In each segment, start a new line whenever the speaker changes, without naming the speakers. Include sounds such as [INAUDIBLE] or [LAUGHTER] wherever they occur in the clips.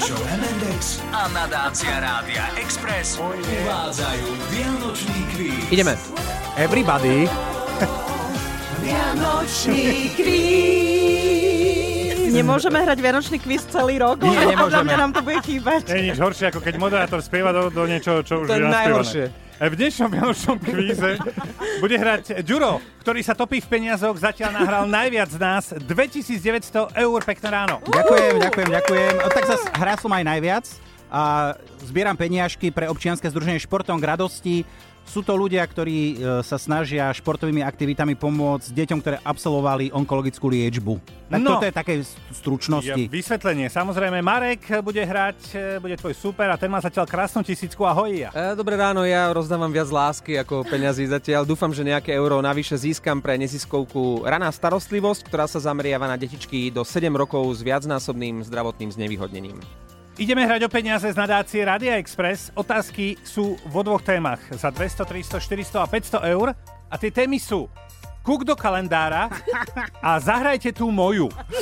Show MNDX a nadácia Rádia Express uvádzajú Vianočný kvíz.
Ideme. Everybody.
Nemôžeme hrať Vianočný kvíz celý rok,
Nie,
lebo podľa
nemôžeme.
mňa nám to bude chýbať.
Je nič horšie, ako keď moderátor spieva do, do niečoho, čo už
To je
je naspievané.
najhoršie.
E, V dnešnom vianočnom kvíze bude hrať Ďuro, ktorý sa topí v peniazoch, zatiaľ nahral najviac z nás, 2900 eur, pekné ráno.
Ďakujem, ďakujem, ďakujem. O, Tak zase hral som aj najviac a zbieram peniažky pre občianske združenie športom k radosti. Sú to ľudia, ktorí e, sa snažia športovými aktivitami pomôcť deťom, ktoré absolvovali onkologickú liečbu. Tak
No.
toto je také
Ja,
v stručnosti.
vysvetlenie. Samozrejme, Marek bude hrať, e, bude tvoj super a ten má zatiaľ krásnu tisícku. Ahoj ja.
E, Dobré ráno, ja rozdávam viac lásky ako peňazí zatiaľ. Dúfam, že nejaké euro navyše získam pre neziskovku Raná starostlivosť, ktorá sa zameriava na detičky do 7 rokov s viacnásobným zdravotným znevýhodnením.
Ideme hrať o peniaze z nadácie Radia Express. Otázky sú vo dvoch témach. Za 200, 300, 400 a 500 eur. A tie témy sú kúk do kalendára a zahrajte tú moju. E,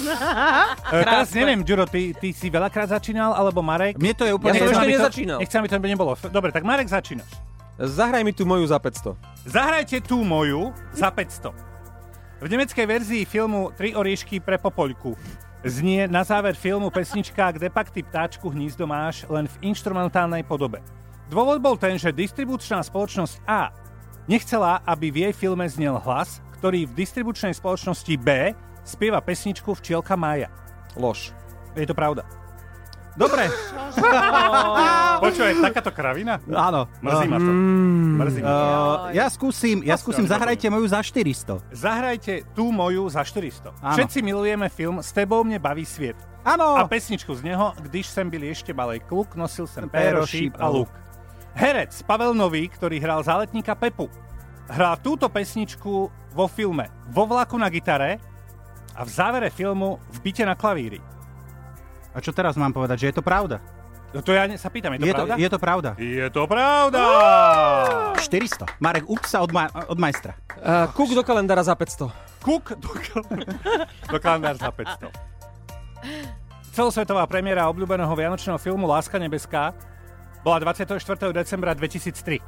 Teraz neviem, Ďuro, ty, ty si veľakrát začínal, alebo Marek?
Mne to
Ja
je úplne...
som
Nechcem,
ešte
aby to-
nezačínal.
Nechcem, aby to nebolo. Dobre, tak Marek začína.
Zahraj mi tu moju za 500.
Zahrajte tú moju za 500. V nemeckej verzii filmu Tri oriešky pre popoľku znie na záver filmu pesnička Kde pak ty ptáčku hnízdo máš len v instrumentálnej podobe. Dôvod bol ten, že distribučná spoločnosť A nechcela, aby v jej filme znel hlas, ktorý v distribučnej spoločnosti B spieva pesničku Včielka Maja.
Lož.
Je to pravda. Dobre. Počuj, takáto kravina?
Áno.
Mrzí ma to. Mrzí ma to.
Uh, ja skúsim, ja skúsim, zahrajte moju za 400.
Zahrajte tú moju za 400.
Áno. Oh.
Všetci milujeme film S tebou mne baví sviet. A
Áno.
pesničku z neho, když sem byl ešte malej kluk, nosil sem péro,
Péro,
šíp
šíp
a
a
luk. Herec Pavel Nový, ktorý hral záletníka Pepu, hrá túto pesničku vo filme Vo vlaku na gitare a v závere filmu V byte na klavíri.
A čo teraz mám povedať, že je to pravda?
No to ja ne- sa pýtam, je to
Je to,
pravda?
je to pravda.
je to pravda!
400. Marek, ups sa od, ma- od majstra.
Uh, kúk do kalendára za 500.
Kuk do, kal- do kalendár za 500. Celosvetová premiéra obľúbeného vianočného filmu Láska nebeská bola 24. decembra 2003.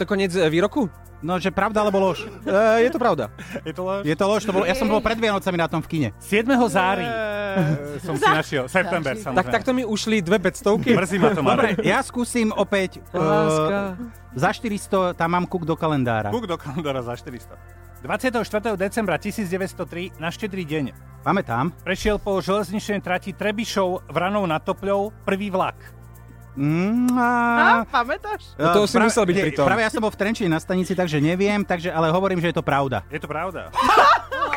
To koniec e, výroku?
No, že pravda alebo lož?
Uh, je to pravda.
Je to len...
Je to lož, to bolo, ja som bol pred Vianocami na tom v kine.
7. zári eh, som si našiel. September,
Tak
samozrejme.
takto mi ušli dve E, 500.
Mrzí ma to, Marek.
Ja skúsim opäť...
Láska.
Uh, za 400 tam mám kuk do kalendára.
Kuk do kalendára za 400. 24. decembra 1903 na štedrý deň
Máme tam.
prešiel po železničnej trati Trebišov vranou na Topľou prvý vlak.
Mm, a...
A, pamätáš?
No to si
práve-
musel byť
Eh, nie,
pri tom.
Práve ja som bol v Trenčine na stanici, takže neviem, takže, ale hovorím, že je to pravda.
Je to pravda.
[LAUGHS]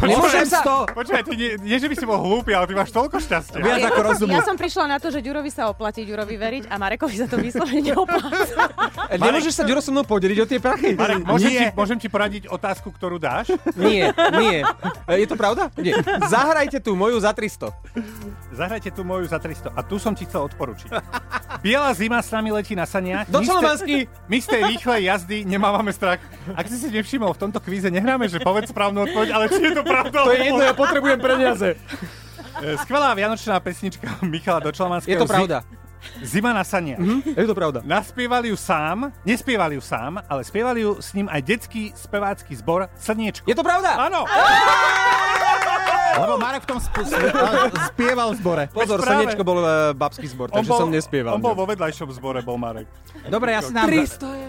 Nemôžem sa...
Počkaj, ty nie, nie, že by si bol hlúpy, ale ty máš toľko šťastia.
Viac ako rozumiem.
Ja som prišla na to, že Ďurovi sa oplatí Ďurovi veriť a Marekovi sa to vyslovene oplatí.
E, Nemôžeš sa, Ďuro, so mnou podeliť o tie prachy?
Marek, môžem ti, môžem ti poradiť otázku, ktorú dáš?
Nie, nie. E, Je to pravda? Nie. Zahrajte tu moju za 300.
Zahrajte tú moju za 300. A tu som ti chcel odporučiť. Biela zima s nami letí na saniach.
Do
My z tej-
Slovansky.
My z tej rýchlej jazdy nemávame strach. Ak si si nevšimol, v tomto kvíze nehráme, že povedz správnu odpoveď, ale či je to pravda. E,
To je jedno, ja potrebujem peniaze.
Skvelá vianočná pesnička Michala Dočlamanského.
Je to pravda. Mhm.
Zima na saniach.
Je to pravda.
Naspieval ju sám, nespieval ju sám, ale spieval ju s ním aj detský spevácky zbor Slniečko.
Je to pravda?
Áno,
Lebo Marek v tom sp- sp- a- spieval v zbore.
[LAUGHS] Pozor,
Veď práve.
Slnečko bol e, babský zbor, takže som nespieval.
On bol vo vedľajšom zbore, bol Marek.
Dobre, ja si nám,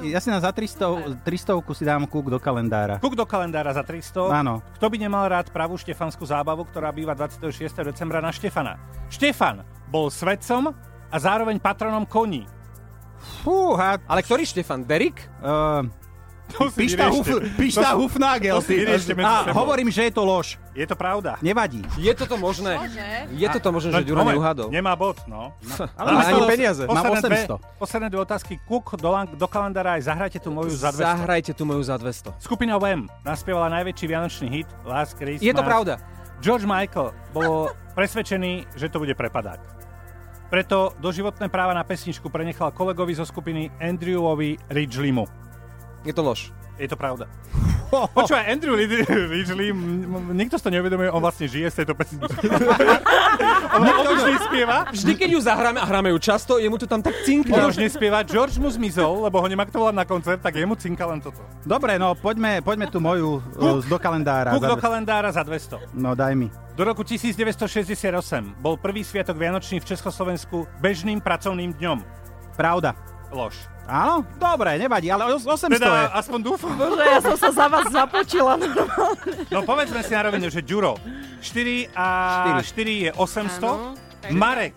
ja si nám za 300, 300 si dám kuk do kalendára.
Kuk do kalendára za 300.
Áno.
Kto by nemal rád pravú štefanskú zábavu, ktorá býva 26. decembra na Štefana? Štefan bol svetcom a zároveň patronom koní. [LAUGHS]
Fúha,
Ale ktorý Štefan? Derik?
uh,
To si
pišta, huf,
vyriešte.
pišta
To si-
hufnagel.
to si vyriešte medzi
A
sebou.
hovorím, že je to lož.
Je to pravda.
Nevadí.
Je toto možné? Je toto možné, že
No,
Ďuro
moment,
neuhádol? Hm.
Nemá bod, no.
Ale má ani peniaze.
Mám
Posledné dve,
800.
posledné dve otázky. Kuk do, lan- do kalendára aj zahrajte tu moju za 200.
Zahrajte tu moju za 200.
Skupina Wham naspievala najväčší vianočný hit Last Christmas.
Je to pravda.
George Michael bol presvedčený, že to bude prepadák. Preto doživotné práva na pesničku prenechal kolegovi zo skupiny Andrewovi Ridgelymu. [LAUGHS]
Je to lož.
Je to
[LAUGHS]
pravda. Počúvaj, Andrew Lid- Ridgely, m- m- nikto si to neuvedomuje, on vlastne žije z tejto
[LAUGHS]
pesničky. on on už nespieva,
Vždy, keď ju zahráme, a hráme ju často, jemu to tam tak
on
cinkne.
už nespieva, George mu zmizol, lebo ho nemá kto volať na koncert, tak jemu cinka len toto.
Dobre, no poďme, poďme tu moju
Kuk.
kuk, do kalendára.
Kúk do
Za-
kalendára za 200.
No daj mi.
Do roku 1968 bol prvý sviatok Vianočný v Československu bežným pracovným dňom.
Pravda.
Lož.
Áno? Dobre, nevadí, ale os- 800
[LAUGHS]
je.
Teda aspoň dúfam.
Bože, ja som sa za vás započila.
No povedzme si na rovinu, že Ďuro 4 a 4 je 800.
Áno.
Marek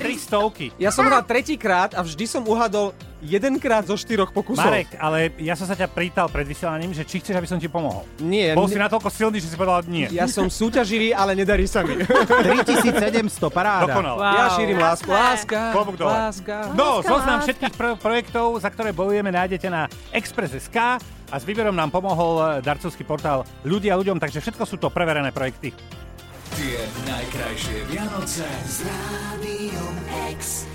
3 stovky.
Ja som hral tretíkrát a vždy som uhadol jedenkrát zo štyroch pokusov.
Marek, ale ja som sa ťa pýtal pred vysielaním, že či chceš, aby som ti pomohol.
Nie,
Bol si
ne-
natoľko silný, že si povedal nie.
ja som súťaživý, ale nedarí sa
[LAUGHS]
mi.
3700, paráda.
Dokonal.
Ja šírim lásku. Láska,
Klobúk dole.
láska.
No,
Láska,
zoznam
láska.
všetkých pro- projektov, za ktoré bojujeme, nájdete na Express.sk a s výberom nám pomohol e, darcovský portál Ľudia ľuďom, takže všetko sú to preverené projekty.
Tie najkrajšie Vianoce s Rádiom Express.